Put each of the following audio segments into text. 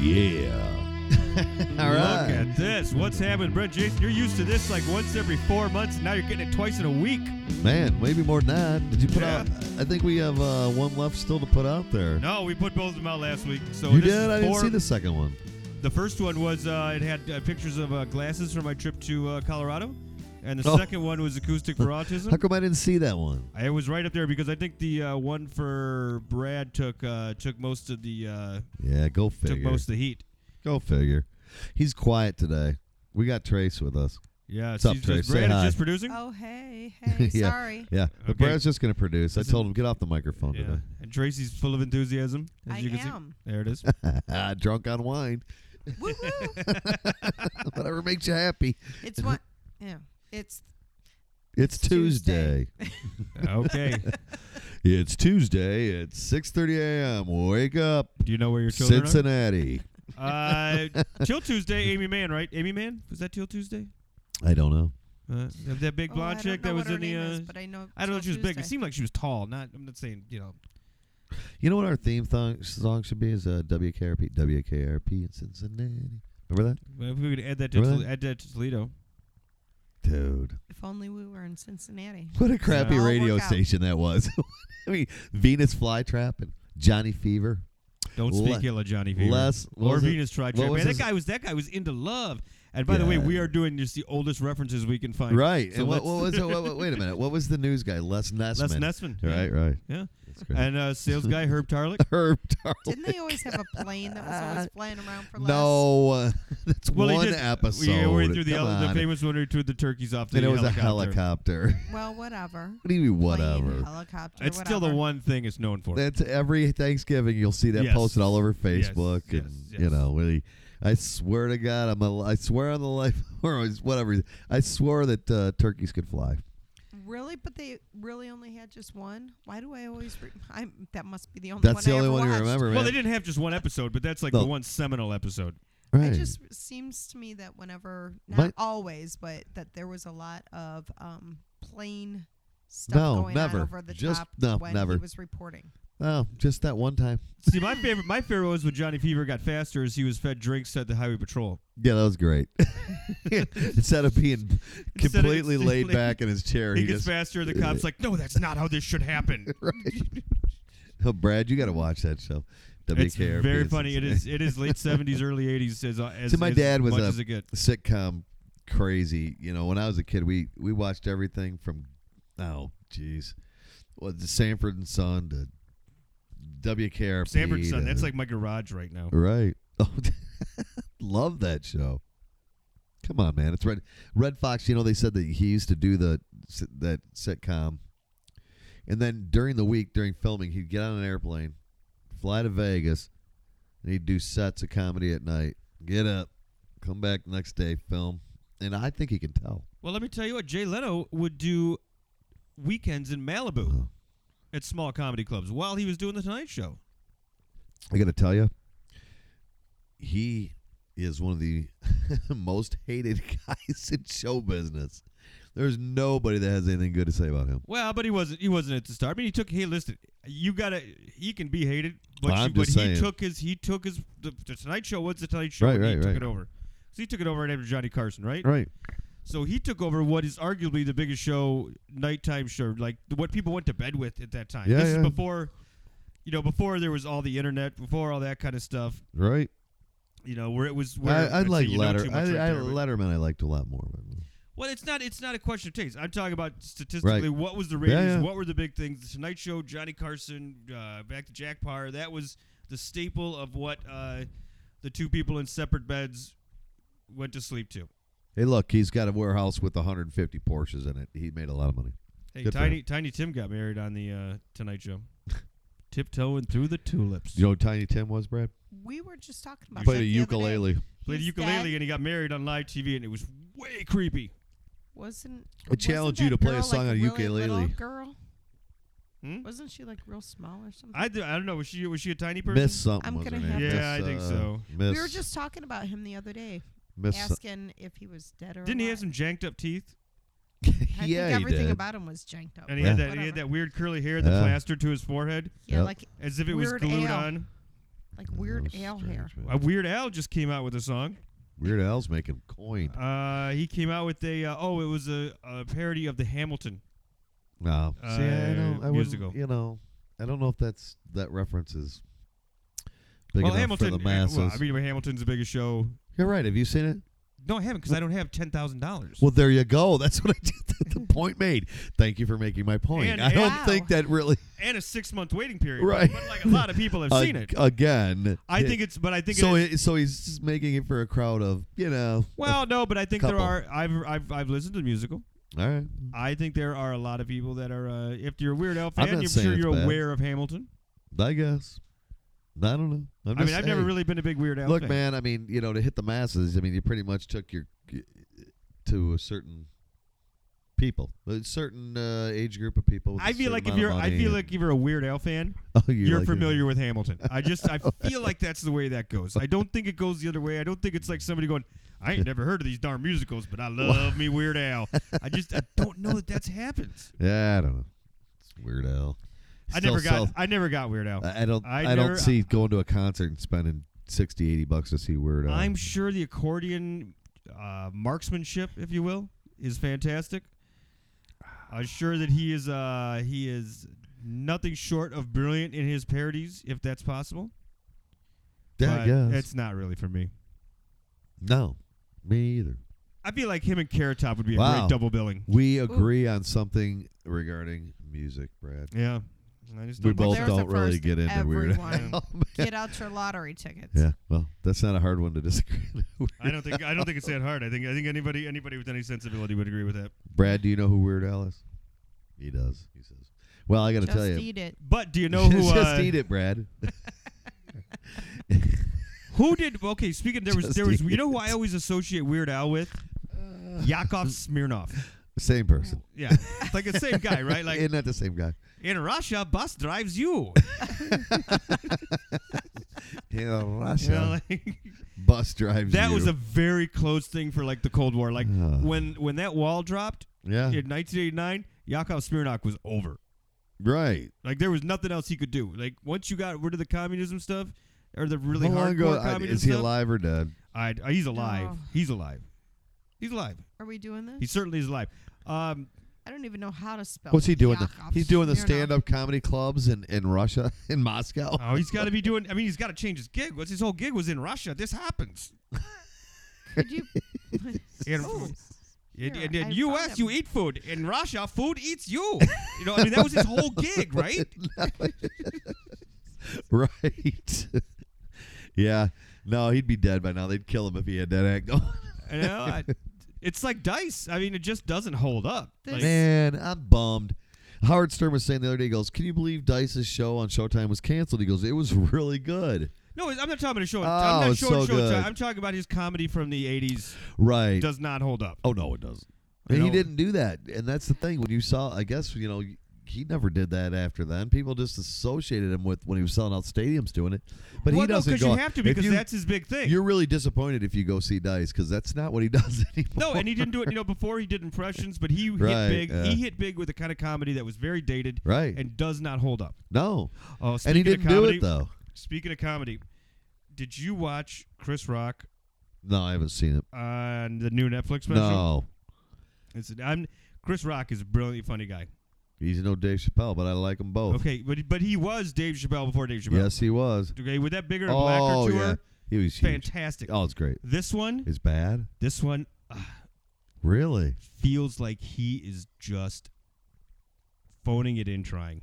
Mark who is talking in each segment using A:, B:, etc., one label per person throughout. A: Yeah.
B: All
C: Look
B: right.
C: at this. What's happening, Brent Jason? You're used to this like once every four months, and now you're getting it twice in a week.
B: Man, maybe more than that. Did you put
C: Yeah.
B: out? I think we have uh, one left still to put out there.
C: No, we put both of them out last week. So
B: you
C: this
B: did?
C: Is
B: I didn't
C: four-
B: see the second one.
C: The first one was uh, it had uh, pictures of uh, glasses from my trip to uh, Colorado, and the
B: Oh.
C: second one was acoustic for autism.
B: How come I didn't see that one?
C: I was right up there because I think the uh, one for Brad took uh, took most of the uh,
B: Yeah, go
C: took
B: figure.
C: most of the heat.
B: Go figure. He's quiet today. We got Trace with us.
C: Yeah,
B: What's up,
C: she's
B: Trace?
C: just,
B: Say
C: Brad is
B: hi.
C: just producing.
D: Oh, hey, hey,
B: Yeah.
D: sorry.
B: Yeah, but
C: Okay.
B: Brad's just going to produce. I
C: This is-
B: told him get off the microphone
C: Yeah. And Tracy's full of enthusiasm, as
D: I
C: you can
D: am.
C: see. There it is.
B: today. Drunk on wine,
D: Woohoo!
B: whatever makes you happy.
D: It's one. Yeah, it's
B: It's Tuesday.
D: Tuesday.
C: okay.
B: It's Tuesday. It's six thirty a.m. Wake up,
C: Do you know where your children
B: Cincinnati.
C: are? Uh, Till Tuesday, Amy Mann, right? Amy Mann? Was that Till Tuesday?
B: I don't know.
C: Uh, that- that big
D: oh,
C: blonde
D: I don't
C: chick
D: know
C: that
D: what
C: was
D: her
C: in the.
D: name
C: Uh,
D: is, but I know.
C: I don't know if
D: it's
C: she was
D: on
C: big. It
D: Tuesday.
C: seemed like she was tall. Not. I'm not saying you know.
B: You know what our theme thong- song should be is uh, WKRP WKRP in Cincinnati. Remember that,
C: Well, If we could add that to
B: Really?
C: Tol- add that to Toledo.
B: dude?
D: If only we were in Cincinnati.
B: What a crappy
D: All
B: radio
D: work out.
B: station that was. I mean, Venus Flytrap and Johnny Fever.
C: Don't
B: Le-
C: speak ill of Johnny Fever.
B: Les- what
C: or
B: was it?
C: Venus Tritrap.
B: What was
C: Man, that
B: his-
C: guy was that guy was into love. And by the way,
B: Yeah.
C: we are doing just the oldest references we can find.
B: Right.
C: So
B: and what,
C: let's-
B: what was it? What, what- wait a minute. What was the news guy? Les Nessman.
C: Les Nessman.
B: Right. Right.
C: Yeah.
B: That's
C: yeah.
B: great.
C: And uh, sales guy Herb Tarlick.
B: Herb Darling.
D: Didn't they always have a plane that was always flying around for less?
B: No, uh, that's
C: Well,
B: one
C: he did,
B: episode.
C: We went through the,
B: Come
C: ele- the
B: on.
C: famous one where he threw the turkeys off the
B: and it was
C: helicopter.
B: a helicopter.
D: Well, whatever.
B: what do you mean,
D: Plane,
B: whatever?
D: helicopter.
C: It's still the
D: whatever.
C: one thing it's known for.
B: That's every Thanksgiving you'll see that
C: Yes.
B: posted all over
C: Yes,
B: Facebook,
C: yes,
B: and you
C: yes.
B: know, really, I swear to God, I'm a, I swear on the life or it's whatever. I swore that uh, turkeys could fly.
D: Really, but they really only had just one. Why do I always? Re- I that must be the only.
B: That's
D: one
B: the
D: I
B: only
D: ever
B: one
D: watched.
B: you remember, man.
C: well, they didn't have just one episode, but that's like
B: No.
C: the one seminal episode.
B: right?
D: It just seems to me that whenever, not
B: But-
D: always, but that there was a lot of um, plain stuff
B: No,
D: going
B: never.
D: on over the
B: Just-
D: top
B: no,
D: when
B: never.
D: he was reporting.
B: oh, just that one time.
C: See, my favorite, my favorite was when Johnny Fever got faster as he was fed drinks at the highway patrol.
B: Yeah, that was great. Instead of being
C: it's
B: completely laid
C: completely-
B: back in his chair,
C: He,
B: he,
C: gets
B: just
C: faster. The cop's like, "No, that's not how this should happen."
B: right. oh, Brad, you got to watch that show. WKRP.
C: It's very
B: in
C: funny. It
B: Cincinnati.
C: is. It is late seventies, early eighties. As, uh, as
B: See, my
C: as
B: dad was
C: much
B: a-
C: as it get.
B: sitcom crazy. You know, when I was a kid, we we watched everything from oh jeez, well, the Sanford and Son to WKRP.
C: Sanford son.
B: to-
C: That's like my garage right now.
B: right. Oh, love that show. Come on, man! It's Red Red Fox. You know they said that he used to do the sit- that sitcom, and then during the week during filming, he'd get on an airplane, fly to Vegas, and he'd do sets of comedy at night. Get up, come back the next day, film, and I think he can tell.
C: Well, let me tell you what Jay Leno would do weekends in Malibu
B: Oh.
C: at small comedy clubs while he was doing the Tonight Show.
B: I got to tell you, he is one of the most hated guys in show business. There's nobody that has anything good to say about him.
C: Well, but he wasn't. He wasn't at the start. I mean, he took. Hey, listen, you gotta. He can be hated, but,
B: Well,
C: you-
B: I'm
C: but
B: just
C: he
B: saying.
C: took his. He took his. The, the Tonight Show was the Tonight Show.
B: Right,
C: and he
B: right,
C: took
B: right.
C: it over. So he took it over right after Johnny Carson, right?
B: Right.
C: So he took over what is arguably the biggest show, nighttime show, like what people went to bed with at that time.
B: Yeah,
C: this
B: yeah.
C: is before, you know, before there was all the internet, before all that kind of stuff.
B: Right.
C: You know, where it was. Where
B: I, I
C: I'd say
B: like
C: you know
B: Letter.
C: too much
B: I,
C: right
B: I,
C: there, but-
B: Letterman. I liked a lot more. but-
C: Well, it's not. It's not a question of taste. I'm talking about statistically.
B: Right.
C: What was the ratings?
B: yeah.
C: What were the big things? The Tonight Show, Johnny Carson, uh, back to Jack Parr. That was the staple of what uh, the two people in separate beds went to sleep to.
B: Hey, look, he's got a warehouse with 150 Porsches in it. He made a lot of money.
C: Hey,
B: Good for
C: Tiny Tiny Tim got married on the uh, Tonight Show. Tiptoeing through the tulips.
B: You know, who Tiny Tim was Brad.
D: We were just talking about
B: Played
D: that
B: a
D: the other day.
B: ukulele.
C: Played a
D: His
C: ukulele
D: dad
C: and he got married on live TV and it was way creepy.
D: Wasn't
B: I challenge you
D: wasn't that
B: to play a
D: girl,
B: song
D: like
B: on a
D: really
B: ukulele.
D: Little girl,
C: Hmm?
D: wasn't she like real small or something?
C: I, d- I don't know. Was she was she a tiny person?
B: Miss something.
D: I'm
B: was her
D: gonna
B: name.
D: have
C: Yeah,
B: Miss,
C: I think
B: uh,
C: so.
B: Miss,
D: we were just talking about him the other day,
B: Miss
D: asking if he was dead or
C: Didn't he have
D: alive.
C: some janked up teeth?
D: I
B: yeah, he
D: think everything
B: did.
D: about him was janked up.
C: And he
B: Yeah.
C: had that he had
D: Whatever.
C: that weird curly hair that
B: Yeah.
C: plastered to his forehead
D: Yeah,
B: Yep.
D: like
C: as if it was
D: Weird
C: glued
D: Al.
C: on.
B: Yeah,
D: like
B: that
D: Weird
B: was
D: Al
B: strange,
D: hair.
B: man.
C: Uh, Weird Al just came out with a song.
B: Weird Al's making coin.
C: Uh, he came out with a uh, oh, it was a, a parody of the Hamilton.
B: No, see, I
C: uh,
B: don't. I
C: musical.
B: wouldn't, You know, I don't know if that's that reference is big
C: well,
B: enough
C: Hamilton.
B: for the
C: uh,
B: masses.
C: Well, I mean, Hamilton's the biggest show.
B: You're right. Have you seen it?
C: No, I haven't because I don't have ten thousand dollars.
B: Well, there you go. That's what I did. the point made. Thank you for making my point.
C: And-
B: I don't
D: Wow.
B: think that really.
C: and a six month waiting period.
B: Right.
C: But like a lot of people have seen
B: Ag-
C: it.
B: again.
C: I think it's, but I think
B: so.
C: It,
B: it- so he's making it for a crowd of you know. a-
C: well, no, but I think
B: couple.
C: there are. I've I've I've listened to the musical.
B: all right.
C: I think there are a lot of people that are. Uh, if you're a Weird Al
B: I'm
C: fan,
B: not
C: I'm
B: saying
C: sure
B: it's
C: you're
B: bad.
C: aware of Hamilton.
B: I guess. I don't know. I'm
C: I mean,
B: just-
C: I've never
B: hey.
C: really been a big Weird Al
B: Look,
C: fan.
B: man. I mean, you know, to hit the masses. I mean, you pretty much took your to a certain people, a certain uh, age group of people. with a
C: I feel
B: certain
C: like if
B: amount of
C: you're, I
B: money
C: feel
B: and-
C: like if you're a Weird Al fan,
B: oh, you
C: you're
B: like it.
C: familiar with Hamilton. I just, I feel like that's the way that goes. I don't think it goes the other way. I don't think it's like somebody going, I ain't never heard of these darn musicals, but I love me Weird Al. I just, I don't know that that's happened.
B: Yeah, I don't know. It's Weird Al.
C: I
B: Still
C: never got,
B: sells-
C: I never got Weird Al.
B: I I don't. I,
C: I
B: don't
C: never- uh,
B: see going to a concert and spending 60, 80 bucks to see Weird Al.
C: I'm sure the accordion uh, marksmanship, if you will, is fantastic. I'm sure that he is uh, he is nothing short of brilliant in his parodies, if that's possible.
B: Yeah, I
C: but
B: guess.
C: it's not really for me.
B: no, me either.
C: I feel like him and Carrot Top would be a
B: Wow.
C: great double billing.
B: We agree on something regarding music, Brad.
C: Yeah, I just
B: We
C: don't
B: both
C: like
D: there's
C: that.
D: a
B: don't really
D: first,
B: get into Weird
D: everyone.
B: Al.
D: Get out your lottery tickets.
B: yeah, well, that's not a hard one to disagree. with.
C: I don't think I don't think it's that hard. I think I think anybody anybody with any sensibility would agree with that.
B: Brad, do you know who Weird Al is? He does. He says. Well, I got to
D: Just
B: tell you.
D: eat it.
C: But do you know who
B: just
C: uh,
B: eat it, Brad.
C: Who did? Okay, speaking there was
B: Just
C: there was
B: eat
C: you know who I always associate Weird Al with Yakov Smirnov.
B: Same person.
C: Yeah, it's like the same guy, right? Like
B: and not the same guy.
C: in Russia, bus drives you.
B: Yeah,
C: You know,
B: Russia.
C: like,
B: Bus drives.
C: that
B: you.
C: was a very close thing for like the Cold War. Like
B: Ah.
C: when when that wall dropped
B: yeah.
C: in 1989, Yakov Smirnov was over.
B: Right.
C: Like there was nothing else he could do. Like once you got rid of the communism stuff or the really
B: How long
C: hardcore
B: ago I-
C: communism
B: is he
C: stuff,
B: alive or dead?
C: I'd- he's alive.
D: No.
C: He's alive. He's alive.
D: Are we doing this?
C: He certainly is alive. Um,
D: I don't even know how to spell.
B: What's he doing? The,
D: Yakov
B: he's doing the
D: Smirnoff.
B: stand-up comedy clubs in, in Russia, in Moscow.
C: Oh, he's got to be doing. I mean, he's got to change his gig. What's his whole gig was in Russia. This happens.
D: Could you?
C: In,
D: Oh,
C: in,
D: here,
C: in,
D: I
C: in
D: found
C: U.S.,
D: him.
C: you eat food. In Russia, food eats you. You know, I mean, that was his whole gig, right?
B: right. yeah. No, he'd be dead by now. They'd kill him if he had that act going.
C: You know, I- it's like dice. I mean, it just doesn't hold up.
D: This-
C: Like,
B: Man, I'm bummed. Howard Stern was saying the other day, he goes, Can you believe Dice's show on Showtime was canceled? He goes, It was really good.
C: no, I'm not talking about a show.
B: Oh,
C: I'm not
B: it's
C: showing
B: so
C: show
B: good.
C: I'm talking about his comedy from the '80s.
B: Right.
C: Does not hold up.
B: oh, no, it doesn't.
C: You
B: And he
C: know-
B: didn't do that. And that's the thing. When you saw, I guess, you know, he never did that after then. People just associated him with when he was selling out stadiums doing it. But
C: well,
B: he doesn't
C: no,
B: go.
C: you have to
B: if
C: because
B: you-
C: that's his big thing.
B: You're really disappointed if you go see Dice because that's not what he does anymore.
C: No, and he didn't do it. You know, before he did impressions, but he
B: Right,
C: hit big.
B: yeah.
C: He hit big with a kind of comedy that was very dated
B: Right.
C: and does not hold up.
B: no. And
C: Oh,
B: he
C: speaking
B: didn't
C: of comedy,
B: do it, though.
C: Speaking of comedy, did you watch Chris Rock
B: No, I haven't seen it.
C: on the new Netflix special?
B: No.
C: It's, I'm, Chris Rock is a brilliantly funny guy.
B: He's no Dave Chappelle, but I like them both.
C: Okay, but but he was Dave Chappelle before Dave Chappelle.
B: Oh. Yes, he was.
C: Okay, with that bigger and blacker
B: Oh,
C: tour,
B: yeah. He was huge.
C: fantastic.
B: Oh, it's great.
C: This one,
B: It's bad?
C: this one
B: Really?
C: feels like he is just phoning it in, trying.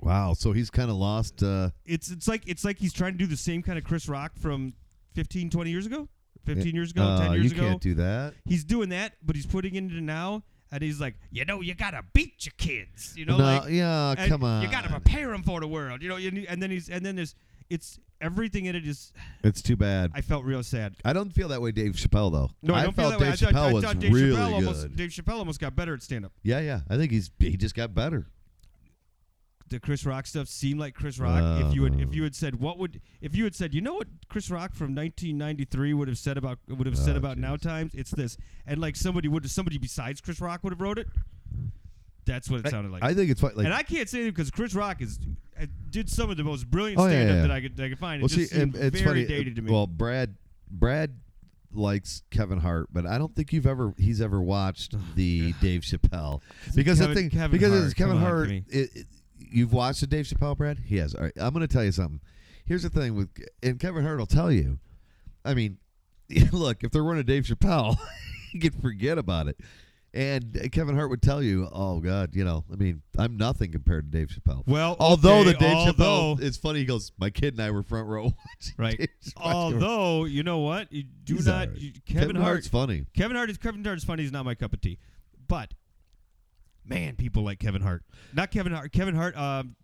B: Wow. So he's kind of lost. Uh,
C: It's it's like it's like he's trying to do the same kind of Chris Rock from 15, 20 years ago, fifteen years ago,
B: uh,
C: ten years
B: you
C: ago.
B: can't do that.
C: he's doing that, but he's putting it into now, and he's like, you know, you gotta beat your kids, you know,
B: no,
C: like,
B: yeah,
C: and
B: come on.
C: you gotta prepare them for the world, you know, and, and then he's, and then there's, it's everything in it is.
B: It's too bad.
C: I felt real sad.
B: I don't feel that way, Dave Chappelle, though.
C: No, I, don't
B: felt
C: feel that way.
B: Dave
C: I thought,
B: Chappelle
C: I
B: was
C: thought Dave
B: really
C: Chappelle
B: good.
C: almost, Dave Chappelle almost got better at stand up.
B: yeah, yeah. I think he's he just got better.
C: The Chris Rock stuff seemed like Chris Rock. if you had, if you had said what would, if you had said, you know what Chris Rock from 1993 would have said about would have said
B: Oh,
C: about now
B: jeez.
C: times, it's this, and like somebody would, somebody besides Chris Rock would have wrote it. That's what it sounded like.
B: I think it's fun- like
C: and I can't say because Chris Rock is uh, did some of the most brilliant
B: Oh, yeah,
C: stand-up
B: yeah.
C: that I could that I could find. It
B: well, see,
C: just seemed
B: and it's
C: very
B: funny. uh,
C: dated to me.
B: Well, Brad, Brad likes Kevin Hart, but I don't think you've ever he's ever watched the Dave Chappelle because
C: Oh, Kevin-
B: the thing
C: Kevin
B: because
C: Hart,
B: it's Kevin
C: come on,
B: Hart.
C: Jimmy.
B: it- it- you've watched the Dave Chappelle, Brad? He has. All right, I'm going to tell you something. Here's the thing with and Kevin Hart will tell you. I mean, look, if there weren't a Dave Chappelle, you could forget about it. And Kevin Hart would tell you, "Oh God, you know, I mean, I'm nothing compared to Dave Chappelle."
C: Well,
B: although
C: okay,
B: the Dave
C: although-
B: Chappelle, it's funny. He goes, "My kid and I were front row watching."
C: Right.
B: Dave Chappelle."
C: Although you know what, you do
B: He's
C: not
B: all right.
C: you, Kevin, Hart.
B: Hart's funny.
C: Kevin Hart is Kevin Hart is funny. He's not my cup of tea, but man, people like Kevin Hart. Not Kevin Hart. Kevin Hart. Um,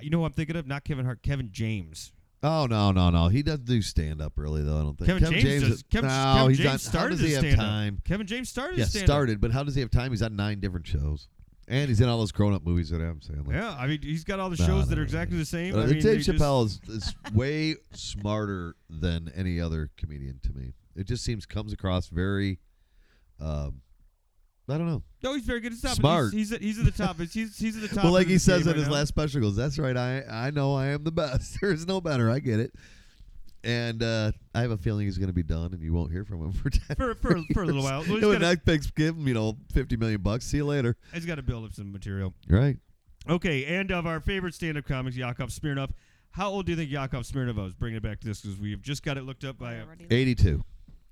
C: you know who I'm thinking of? Not Kevin Hart. Kevin James.
B: Oh no, no, no. He doesn't do stand up really though. I don't think
C: Kevin James does- Kevin-
B: no,
C: Kevin
B: he's
C: James
B: on,
C: started
B: How does
C: as
B: he have
C: stand-up.
B: time?
C: Kevin James started.
B: Yeah,
C: as stand-up.
B: started, but how does he have time? He's on nine different shows, and he's in all those grown up movies that I'm saying. Like,
C: Yeah, I mean, he's got all the
B: No,
C: shows that
B: no,
C: are
B: no,
C: exactly the same.
B: Uh,
C: I mean,
B: Dave
C: they just-
B: Chappelle is, is way smarter than any other comedian to me. It just seems comes across very, um, I don't know.
C: No, he's very good at stopping.
B: Smart.
C: He's, he's, at, he's at the top. He's, he's, he's at the top.
B: well, like
C: of
B: he
C: his
B: says
C: game
B: in
C: right
B: his
C: now.
B: last special, he goes, "That's right. I I know I am the best. there is no better. I get it." And uh, I have a feeling he's going to be done, and you won't hear from him for ten.
C: for for, for a little while. Well, he's
B: it would
C: gotta-
B: Netflix give him, you know, fifty million bucks. See you later.
C: he's got to build up some material.
B: Right.
C: Okay, and of our favorite stand-up comics, Yakov Smirnov. How old do you think Yakov Smirnov is? Bringing it back to this because we've just got it looked up by.
D: I
C: A,
D: already looked.
B: Eighty-two.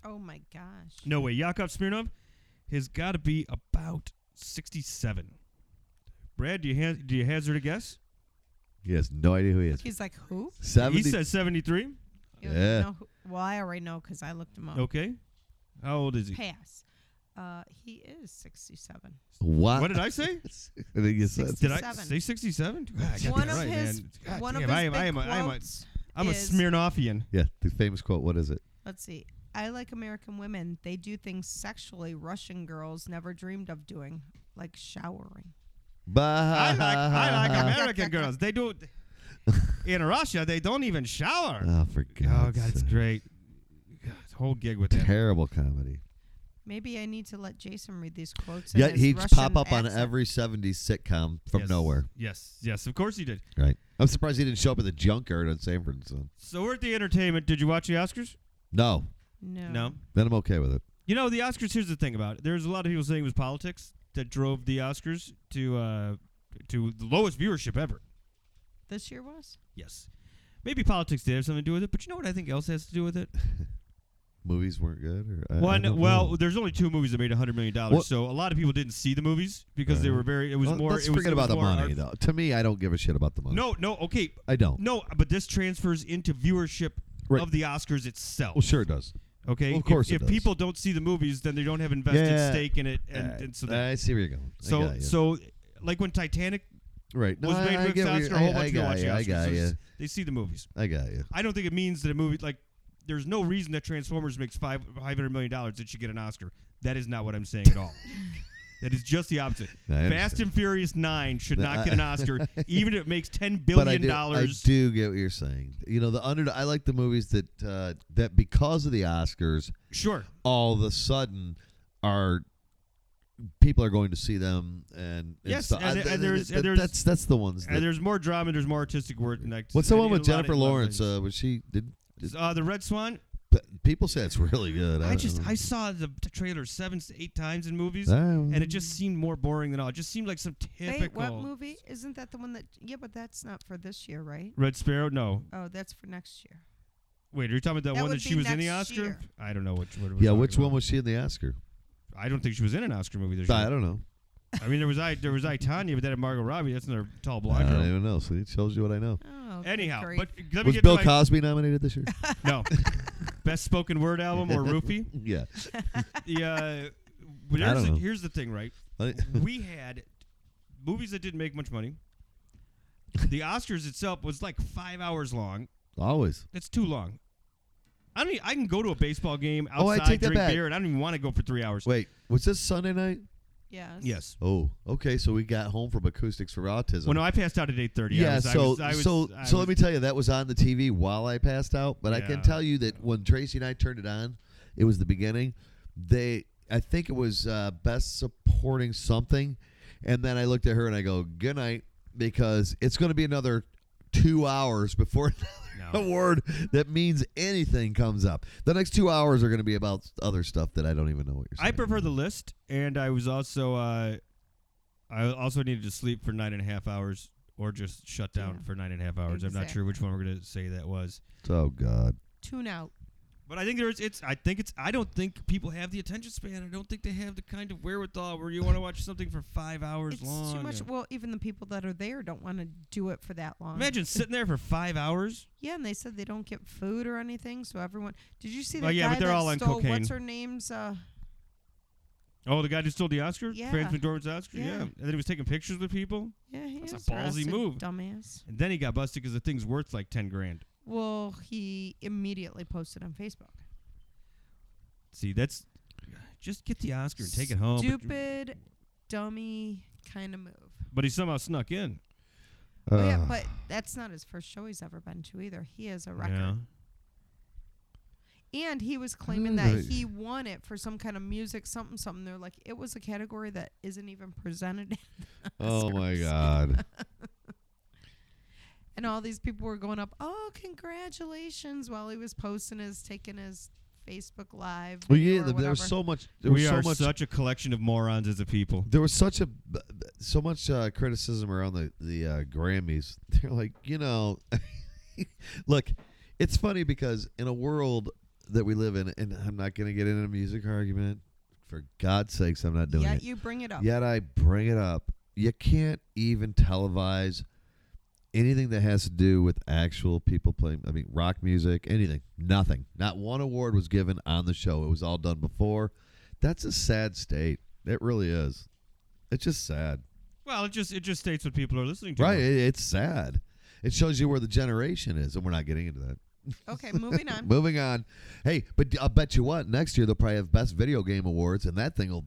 D: oh my gosh.
B: Mm.
C: no way, Yakov Smirnov has got to be about sixty-seven. Brad, do you ha- do you hazard a guess?
B: He has no idea who he is.
D: He's like, who?
B: Seventy.
C: He says seventy-three.
D: You don't even
B: Yeah.
D: know who- Well, I already know because I looked him up.
C: Okay, how old is he?
D: Pass. Uh, he is 67.
B: what?
C: What did I say?
B: I think you said.
D: Six-
C: Did I
D: 67.
C: say sixty-seven?
D: One of his- One of his
C: I am,
D: big
C: I am a, I am a,
D: quotes
C: I'm a
D: is-
C: Smirnovian.
B: Yeah, the famous quote. What is it?
D: Let's see. I like American women. They do things sexually Russian girls never dreamed of doing, like showering.
B: Bah.
C: I like I like American girls. They do. In Russia, they don't even shower.
B: Oh, for
C: oh
B: God's
C: God, it's
B: sake.
C: great. God, it's a whole gig with that.
B: Terrible comedy.
D: Maybe I need to let Jason read these quotes. in
B: Yet
D: his
B: he'd
D: Russian
B: pop up on
D: accent.
B: every 70s sitcom from
C: Yes.
B: nowhere.
C: Yes, yes, of course he did.
B: Right. I'm surprised he didn't show up at the junkyard on Sanford and Son.
C: So we're at the entertainment. Did you watch the Oscars?
B: No.
D: No.
C: No.
B: Then I'm okay with it.
C: You know the Oscars. Here's the thing about it. There's a lot of people saying it was politics that drove the Oscars to uh, to the lowest viewership ever.
D: This year was?
C: Yes, maybe politics did have something to do with it. But you know what I think else has to do with it.
B: Movies weren't good? Or, Uh, I- I
C: One,
B: don't
C: well,
B: know.
C: there's only two movies that made hundred million
B: Well-
C: dollars, so a lot of people didn't see the movies because they
B: Right.
C: were very. It was
B: Well,
C: more.
B: Let's
C: it was,
B: forget
C: it was
B: about the
C: more
B: money,
C: art-
B: though. To me, I don't give a shit about the money.
C: No, no, okay,
B: I don't.
C: no, but this transfers into viewership
B: Right.
C: of the Oscars itself.
B: Well, sure it does.
C: Okay,
B: Well, of course it
C: If, if
B: does.
C: people don't see the movies, then they don't have invested
B: Yeah.
C: stake in it, and,
B: Uh,
C: and so that,
B: I see where you're going. I
C: so
B: got you.
C: so like when Titanic
B: right. No,
C: was
B: I,
C: made
B: I
C: with
B: get where
C: Oscar,
B: you're-
C: a whole
B: I-
C: bunch
B: I
C: of people
B: got
C: watch
B: you.
C: the Oscars.
B: I got
C: so
B: you.
C: it's- They see the movies.
B: I got you.
C: I don't think it means that a movie like there's no reason that Transformers makes five five hundred million dollars that should get an Oscar. That is not what I'm saying at all. that is just the opposite.
B: I
C: Fast
B: understand.
C: and Furious Nine should
B: No,
C: not
B: I-
C: get an Oscar, even if it makes ten
B: But
C: billion
B: I do, I
C: dollars.
B: do get what you're saying. You know, the under. I like the movies that uh, that because of the Oscars,
C: Sure,
B: all of a sudden are people are going to see them and, and
C: Yes,
B: stuff.
C: and
B: I-
C: there- and
B: th-
C: there's-
B: th-
C: and there's-
B: that's that's the ones.
C: and
B: That,
C: there's more drama. and There's more artistic work. And
B: what's the
C: I
B: one
C: mean,
B: with
C: a lot of-
B: Jennifer
C: a lot of
B: Lawrence?
C: things.
B: Uh, was she? Did, did-
C: Uh, the Red Swan.
B: p- people say it's really good.
C: I
B: don't
C: just
B: know.
C: I saw the t- trailer seven to eight times in movies,
B: I don't
C: and it just seemed more boring than all. It just seemed like some typical.
D: Wait, what movie? Isn't that the one that. Yeah, but that's not for this year, right?
C: Red Sparrow? No.
D: Oh, that's for next year.
C: Wait, are you talking about that,
D: That
C: one that
D: would
C: she
D: be
C: was in the
D: next
C: Oscar?
D: year.
C: I don't know which one. we're
B: yeah, which
C: talking
B: one
C: about.
B: was she in the Oscar?
C: I don't think she was in an Oscar movie this year.
B: I don't know.
C: I mean, there was I there was I Tanya, but that had Margot Robbie. That's another tall blonde
B: I don't
C: girl.
B: even know. See, it shows you what I know.
D: Oh, good
C: Anyhow,
D: grief.
C: but let me
B: was
C: get
B: Bill
C: to my,
B: Cosby nominated this year?
C: no best spoken word album or Rupee.
B: yeah.
C: The uh,
B: I
C: here's,
B: don't
C: the,
B: know.
C: here's the thing, right?
B: I-
C: we had movies that didn't make much money. The Oscars itself was like five hours long.
B: Always.
C: That's too long. I mean, I can go to a baseball game
B: Oh, I
C: outside,
B: take that
C: drink
B: back.
C: beer, and I don't even want to go for three hours.
B: Wait, was this Sunday night?
D: Yes.
C: Yes.
B: Oh, okay. So we got home from Acoustics for Autism.
C: Well, no, I passed out at eight thirty.
B: yeah,
C: I was,
B: so
C: I was, I was,
B: so
C: I
B: so
C: was,
B: let me tell you that was on the TV while I passed out, but I
C: Yeah.
B: can tell you that when Tracy and I turned it on, it was the beginning. They I think it was uh, best supporting something and then I looked at her and I go, "Good night." because it's going to be another two hours before another
C: No.
B: award that means anything comes up. The next two hours are going to be about other stuff that I don't even know what you're saying.
C: I prefer the list, and I was also uh, I also needed to sleep for nine and a half hours, or just shut down
D: Yeah.
C: for nine and a half hours. I'm not sure which one we're gonna say that was,
B: Oh God,
D: Tune out.
C: but I think there's it's I think it's I don't think people have the attention span. I don't think they have the kind of wherewithal where you want to watch something for five hours
D: It's
C: long.
D: too much.
C: or-
D: Well, even the people that are there don't want to do it for that long.
C: Imagine sitting there for five hours.
D: Yeah, and they said they don't get food or anything, so everyone. Did you see
C: Well,
D: that
C: yeah,
D: guy
C: but they're
D: that
C: all on
D: stole
C: cocaine.
D: what's her name's? Uh,
C: Oh, the guy who stole the Oscar,
D: Yeah.
C: Franz McDormand's Oscar,
D: Yeah.
C: yeah, and then he was taking pictures with people,
D: yeah, he
C: That's a
D: was
C: ballsy
D: arrested,
C: move.
D: dumbass.
C: and then he got busted because the thing's worth like ten grand.
D: Well, he immediately posted on Facebook.
C: See, that's just get the Oscar and take it home. Oh, but-
D: Stupid, dummy kind of move.
C: but he somehow snuck in.
D: Oh yeah,
B: Ugh.
D: but that's not his first show he's ever been to either. He has a record.
C: Yeah.
D: And he was claiming
B: Uh,
D: that he won it for some kind of music, something, something. They're like, it was a category that isn't even presented.
B: oh my God.
D: And all these people were going up, oh, congratulations, while he was posting his, taking his Facebook Live.
B: Well,
D: video
B: yeah,
D: or
B: there was
D: whatever.
B: so much. There was
C: We
B: so
C: are
B: much.
C: such a collection of morons as a people.
B: there was such a so much uh, criticism around the the uh, Grammys. They're like, you know, look, it's funny because in a world that we live in, and I'm not going to get into a music argument. For God's sakes, I'm not doing
D: Yet
B: it.
D: you bring it up.
B: Yet I bring it up. You can't even televise anything that has to do with actual people playing. I mean, rock music, anything, nothing. Not one award was given on the show. It was all done before. That's a sad state. It really is. It's just sad,
C: Well, it just it just states what people are listening to.
B: right? It, it's sad. It shows you where the generation is, and we're not getting into that.
D: Okay, moving on.
B: Moving on. Hey, but I'll bet you what? Next year they'll probably have best video game awards, and that thing will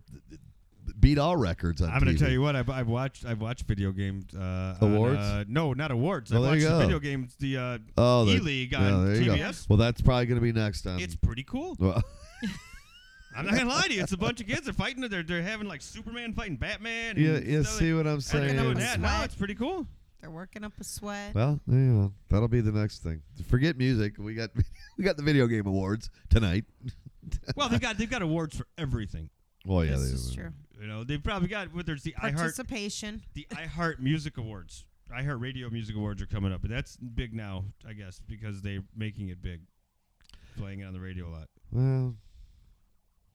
B: beat all records on
C: I'm going
B: TV.
C: to tell you what I've, I've watched. I've watched video game uh, on,
B: Awards?
C: uh, no, not awards.
B: Oh,
C: I
B: there
C: watched
B: you
C: the
B: go.
C: video games. The uh,
B: Oh, the-
C: E-League
B: yeah,
C: on
B: there you go.
C: TBS.
B: Well, that's probably going to be next on.
C: It's pretty cool.
B: well,
C: I'm not gonna lie to you. It's a bunch of kids. They're fighting. They're they're having like Superman fighting Batman.
B: you,
C: And
B: you
C: stuff
B: see what I'm
C: like- and other
B: saying?
C: than that, no,
D: Sweat.
C: it's pretty cool.
D: They're working up a sweat.
B: Well, yeah, well, that'll be the next thing. Forget music. We got we got the video game awards tonight.
C: Well, they've got they've got awards for everything.
B: Well, Oh, yeah,
D: this
B: they-
D: is true.
C: You know, they've probably got whether it's the iHeart
D: Participation.
C: the iHeart Music Awards, iHeart Radio Music Awards are coming up, but that's big now, I guess, because they're making it big, playing it on the radio a lot.
B: Well,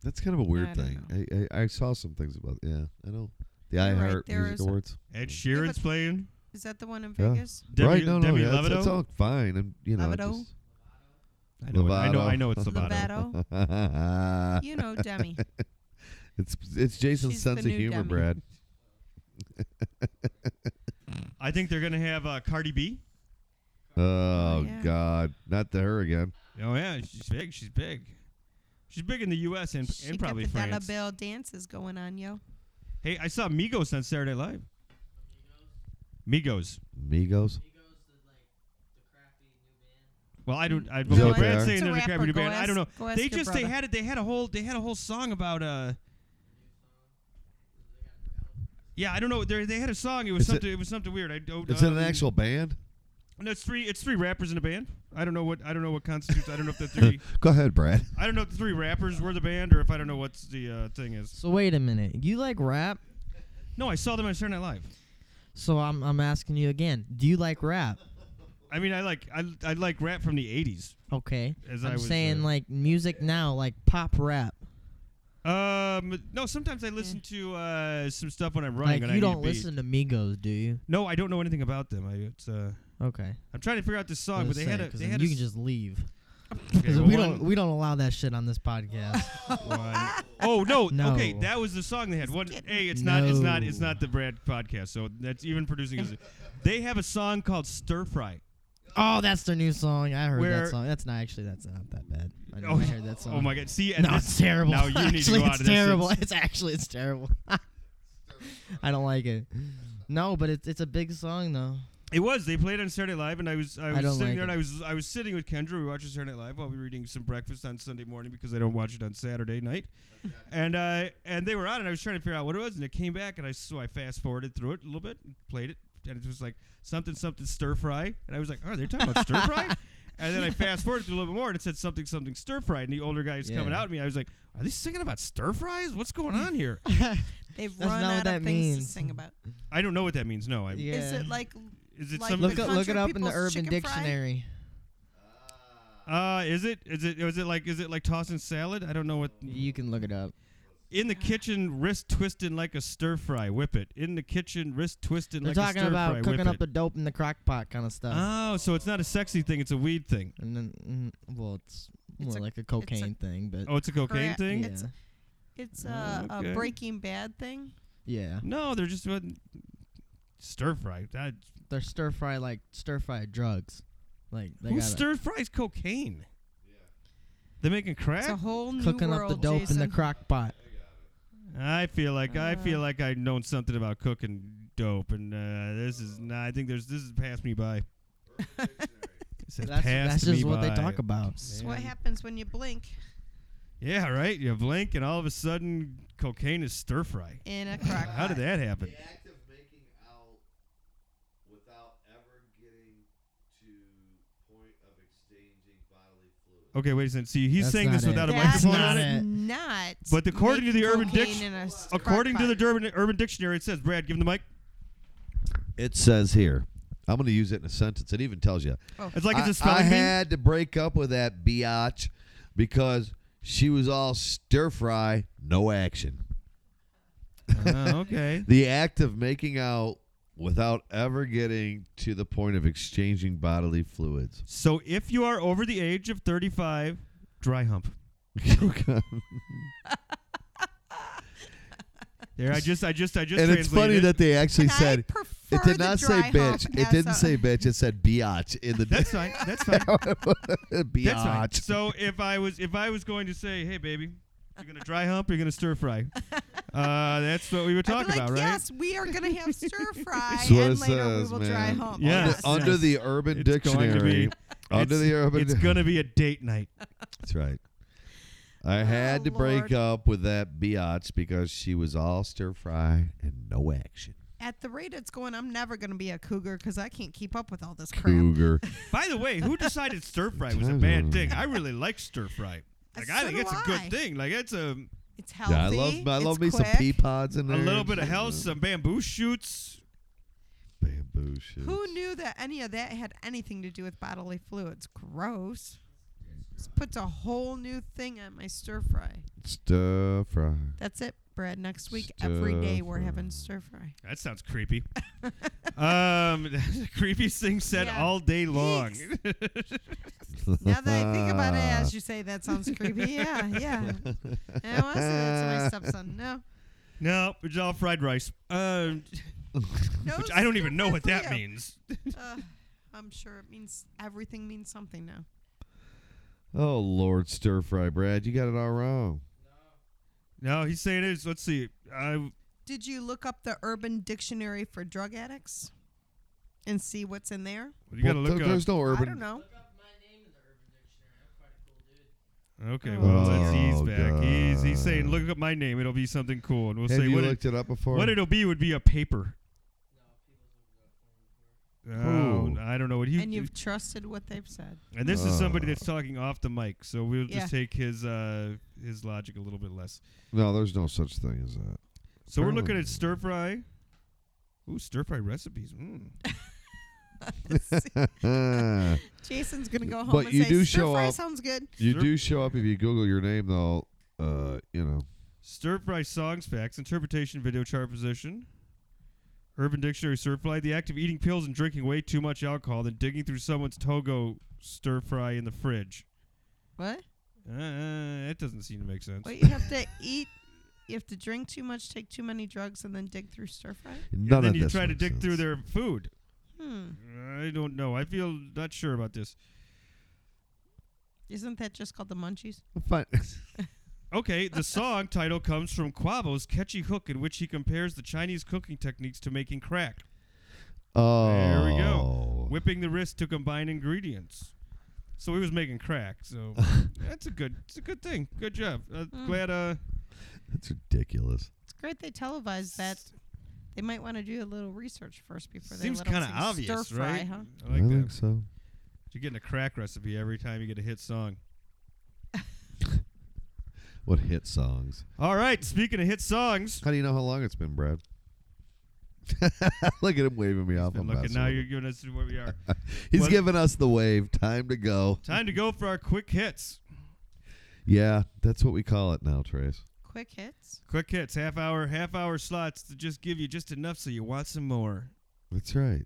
B: that's kind of a weird
D: I don't
B: thing. I, I I saw some things about. Yeah, I know the
D: You're right,
B: iHeart
D: there
B: Music
D: is-
B: Awards.
C: Ed
D: Yeah,
C: Sheeran's
D: but-
C: playing.
D: Is that the one in
B: Yeah.
D: Vegas?
C: Demi,
B: right? No, no,
C: Demi
B: yeah, it's-
C: Lovato.
B: it's all fine. And you know, I
D: Lovato?
B: just-
C: I, know, it- I know.
B: Lovato.
C: I know it's Lovato.
D: Lovato. You know Demi.
B: it's it's Jason's
D: She's the
B: sense of
D: new
B: humor,
D: Demi.
B: Brad.
C: I think they're gonna have uh, Cardi B.
B: Oh
D: yeah.
B: God, not to her again.
C: Oh yeah, she's big. She's big. She's big in the U.S. and,
D: She
C: and
D: got
C: probably
D: the dollar
C: France.
D: bill dances going on, yo.
C: Hey, I saw Migos on Saturday Night Live. Migos.
B: Migos.
C: Well, I don't. I,
B: that
C: well,
B: what they
C: Brad's
B: are?
C: saying
D: It's a
C: they're the
D: rapper.
C: crappy new
D: Go
C: band. I don't know.
D: ask- go ask
C: They
D: your
C: just they
D: brother.
C: had it. They had a whole they had a whole song about uh. Yeah, I don't know. They they had a song. It was
B: Is it-
C: something. It, was something weird. I don't.
B: Is it an
C: um,
B: actual band?
C: No, it's three. It's three rappers in a band. I don't know what. I don't know what constitutes. I don't know if the three.
B: Go ahead, Brad.
C: I don't know if the three rappers were the band or if I don't know what's the uh, thing is.
A: So wait a minute. You like rap?
C: No, I saw them on Saturday Night Live.
A: So I'm I'm asking you again. Do you like rap?
C: I mean, I like I, I like rap from the '80s.
A: Okay.
C: As I
A: I'm
C: was,
A: saying
C: uh,
A: like music now, like pop rap.
C: Um, no, sometimes I listen to uh, some stuff when I'm running.
A: Like
C: and I
A: you
C: need
A: don't
C: a beat.
A: listen to Migos, do you?
C: No, I don't know anything about them. I it's uh.
A: Okay.
C: I'm trying to figure out this song, but
A: Just
C: they had
A: saying,
C: a
A: 'cause
C: they
A: then
C: had a
A: you can
C: s-
A: just leave.
C: okay,
A: 'Cause
C: well,
A: we
C: one-
A: don't we don't allow that shit on this podcast.
C: one- Oh no,
A: No.
C: Okay, that was the song they had. One. Hey, it's not. It's not. It's
A: No.
C: not the Brad podcast. So that's even producing. Is they have a song called Stir Fry.
A: oh, that's their new song. I heard
C: Where-
A: that song. That's not actually that's not that bad. I, know
C: Oh,
A: I heard that song.
C: Oh my God. See, and
A: No,
C: this-
A: it's terrible.
C: Now you need to
A: actually,
C: go out
A: it's
C: of this.
A: terrible.
C: It's-
A: It's actually it's terrible. I don't like it. No, but it's it's a big song though.
C: It was. They played on Saturday Live, and I was I was
A: don't
C: sitting
A: like
C: there, and
A: it.
C: I was I was sitting with Kendra. We watched Saturday Night Live while we were eating some breakfast on Sunday morning because I don't watch it on Saturday night. and uh, and they were on, and I was trying to figure out what it was, and it came back, and I so I fast forwarded through it a little bit, played it, and it was like something something stir fry, and I was like, oh, they're talking about stir fry. And then I fast forward to a little bit more, and it said something something stir fry, and the older guy's coming
A: Yeah.
C: out at me. I was like, are they singing about stir fries? What's going on here?
D: They've
A: That's
D: run
A: not what
D: out
A: that
D: of things to
A: means.
D: sing about.
C: I don't know what that means. No, I
A: yeah.
D: Is it like
C: is it
D: Like
C: some
D: the
A: look up, look
D: country
A: it up in the
D: people's
A: Urban
D: chicken fried?
A: Dictionary.
C: Uh, is it is it is it like is it like tossing salad? I don't know what.
A: You can look it up.
C: In the kitchen, wrist twisting like a stir fry. Whip it. In the kitchen, wrist twisting
A: They're
C: like a
A: talking
C: stir
A: about
C: fry.
A: cooking
C: whip
A: up uh,
C: it.
A: the dope in the crock pot kind of stuff.
C: Oh, so it's not a sexy thing; it's a weed thing.
A: and then, mm, well, it's more
D: a-
A: like a cocaine thing, but
C: Oh, it's a cocaine
D: Correct.
C: thing.
A: yeah,
D: it's- it's a,
B: Mm,
C: Okay.
D: a Breaking Bad thing?
A: yeah,
C: No, they're just uh, stir fry. That,
A: they're stir fry like stir fry drugs, like they
C: who
A: got
C: stir fries cocaine? They're making
D: It's a
C: crack.
D: whole new
A: cooking up
D: world,
A: the dope
D: Jason.
A: in the crock pot.
C: I feel like I feel
D: Uh.
C: like I've known something about cooking dope, and uh, this is not. I think there's this is past me by. It says
A: That's,
C: passed
A: that's
C: me
A: just what they
C: by.
A: talk about.
D: This is what
C: Man.
D: happens when you blink
C: Yeah, right. You blink, and all of a sudden, cocaine is stir fry.
D: in a crock pot.
C: How did that happen?
B: The act of making out without ever getting to point of exchanging bodily fluid.
C: Okay, wait a second. See, he's
A: That's
C: saying this
A: not it.
C: without a
A: That's
C: microphone
A: not
C: on it.
A: it.
D: Not.
C: But according to the
D: making
C: Urban
D: cocaine
C: Dic-
D: in a s-
C: According to
D: crock
C: the
D: pot.
C: Urban, Urban Dictionary, it says, Brad, give him the mic.
B: It says here. I'm going to use it in a sentence. It even tells you.
D: Oh.
C: It's like it's
B: I-
C: a spelling
B: I
C: bee.
B: had to break up with that biatch because she was all stir fry, no action.
C: Oh, okay.
B: The act of making out without ever getting to the point of exchanging bodily fluids.
C: So if you are over the age of 35, dry hump. There, I just, I just, I just.
B: and it's funny
C: translated it.
B: that they actually
D: And
B: said
D: I prefer
B: it did
D: the
B: not say
D: dry hump
B: bitch. It
D: as
B: didn't
D: a-
B: say bitch. It said biatch in the
C: That's fine. That's fine. That's fine.
B: biatch.
C: So if I was, if I was going to say, hey baby, you're gonna dry hump, or you're gonna stir fry. Uh, that's what we were
D: I'd be
C: talking
D: like,
C: about, right?
D: Yes, we are gonna have stir fry,
B: That's what
D: and
B: it
D: later
B: says,
D: we will
B: man.
D: dry hump.
C: Yeah.
B: Under,
C: Yes.
B: under
C: Yes.
B: the Urban
C: It's going to
B: Dictionary.
C: be-
B: Under
C: it's,
B: the Urban
C: It's
B: Dictionary.
C: gonna be a date night.
B: That's right. I had to break
D: Oh, Lord.
B: up with that biatch because she was all stir fry and no action.
D: At the rate it's going, I'm never gonna be a cougar because I can't keep up with all this crap.
B: Cougar.
C: By the way, who decided stir fry was a bad thing? I really like stir fry. Like I
D: So
C: think
D: do
C: it's a good
D: I.
C: thing. Like it's a
D: It's
B: Yeah,
D: healthy.
B: I love I
D: it's
B: love me some
D: quick.
B: pea pods in
C: a
B: there.
C: little bit of health, some bamboo shoots.
B: Bamboo shoots.
D: Who knew that any of that had anything to do with bodily fluids? Gross. This puts a whole new thing on my stir fry.
B: Stir fry.
D: That's it, Brad. Next week, every day we're having stir fry.
C: That sounds creepy. um, creepiest thing said
D: Yeah.
C: all day long.
D: Now that I think about it, as you say, that sounds creepy. Yeah, yeah. I want to say that to my stepson. No,
C: no, it's all fried rice. Um,
D: no.
C: which I don't even know what
D: for
C: that
D: you.
C: means.
D: Uh, I'm sure it means everything means something now.
B: Oh Lord, stir fry, Brad. You got it all wrong.
C: No, he's saying it is. Let's see. I
D: Did you look up the Urban Dictionary for drug addicts and see what's in there?
C: you gotta
B: Well,
C: look
B: there-
C: up.
B: There's no urban.
D: I don't know.
C: Okay,
D: Oh.
C: well, that's he's
B: Oh,
C: back. He's he's saying,
B: God.
C: look up my name. It'll be something cool, and we'll
B: Have
C: say
B: you
C: what
B: looked it, up before?
C: What it'll be would be a paper. Oh,
B: Ooh.
C: I don't know what he.
D: And you've trusted what they've said.
C: and this is somebody
B: Oh.
C: that's talking off the mic, so we'll
D: Yeah.
C: just take his uh, his logic a little bit less.
B: no, there's no such thing as that.
C: So we're looking
B: Probably.
C: at stir fry. Ooh, stir fry recipes. Mm.
B: Ah.
D: Jason's gonna go home
B: But
D: and
B: you
D: say,
B: do
D: "Stir
B: show
D: fry
B: up-
D: sounds good.
B: you
C: Stir-
B: do show up if you Google your name, though. Uh, you know.
C: Stir fry songs, facts, interpretation, video chart position. Urban Dictionary stir fry: the act of eating pills and drinking way too much alcohol, then digging through someone's togo stir fry in the fridge.
D: What?
C: Uh, that doesn't seem to make sense.
D: Well, you have to eat. You have to drink too much, take too many drugs, and then dig through stir fry.
B: None
C: and then
B: of
C: you
B: this
C: try to
B: makes
C: dig through
B: sense.
C: their food.
D: Hmm.
C: I don't know. I feel not sure about this.
D: Isn't that just called the munchies?
B: Fine.
C: Okay, the song title comes from Quavo's catchy hook in which he compares the Chinese cooking techniques to making crack,
B: Oh.
C: There we go. whipping the wrist to combine ingredients. So he was making crack. So that's a good, it's a good thing. Good job. Uh,
D: Mm.
C: Glad. Uh,
B: That's ridiculous.
D: It's great they televised that. They might want to do a little research first before
C: Seems
D: they let 'em
C: kind of
D: sing
C: obvious,
D: stir fry,
C: right?
D: Huh?
C: I like
B: think
C: that.
B: so.
C: You're getting a crack recipe every time you get a hit song.
B: What hit songs?
C: All right, speaking of hit songs,
B: How do you know how long it's been, Brad? Look at him waving me off.
C: been
B: I'm
C: looking
B: messing
C: now
B: with
C: you're
B: him.
C: giving us where we are.
B: He's
C: Well-
B: giving us the wave. Time to go.
C: Time to go for our quick hits.
B: Yeah, that's what we call it now, Trace.
D: Quick hits.
C: Quick hits, half hour, half hour slots to just give you just enough so you want some more.
B: That's right.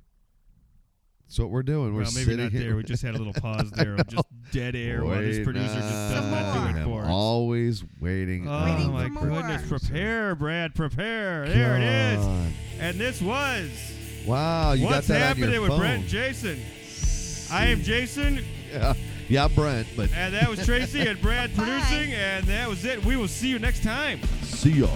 B: That's what we're doing. We're
C: well, maybe
B: sitting
C: not
B: here.
C: there. We just had a little pause there of just dead air while this
B: Wait,
C: producer just does
D: Some
C: not do
D: more.
C: it for
B: I'm
C: us.
B: Always waiting.
C: Oh
D: Waiting
C: my
D: for more.
C: goodness! Prepare, Brad. Prepare. There it is. And this was
B: is. Wow, Oh, you
C: what's
B: got that
C: happening
B: on your
C: with
B: phone.
C: Brent and Jason. I am Jason,
B: Yeah, yeah, Brent. But
C: and that was Tracy and Brad
D: Bye.
C: producing, and that was it. We will see you next time.
B: see ya.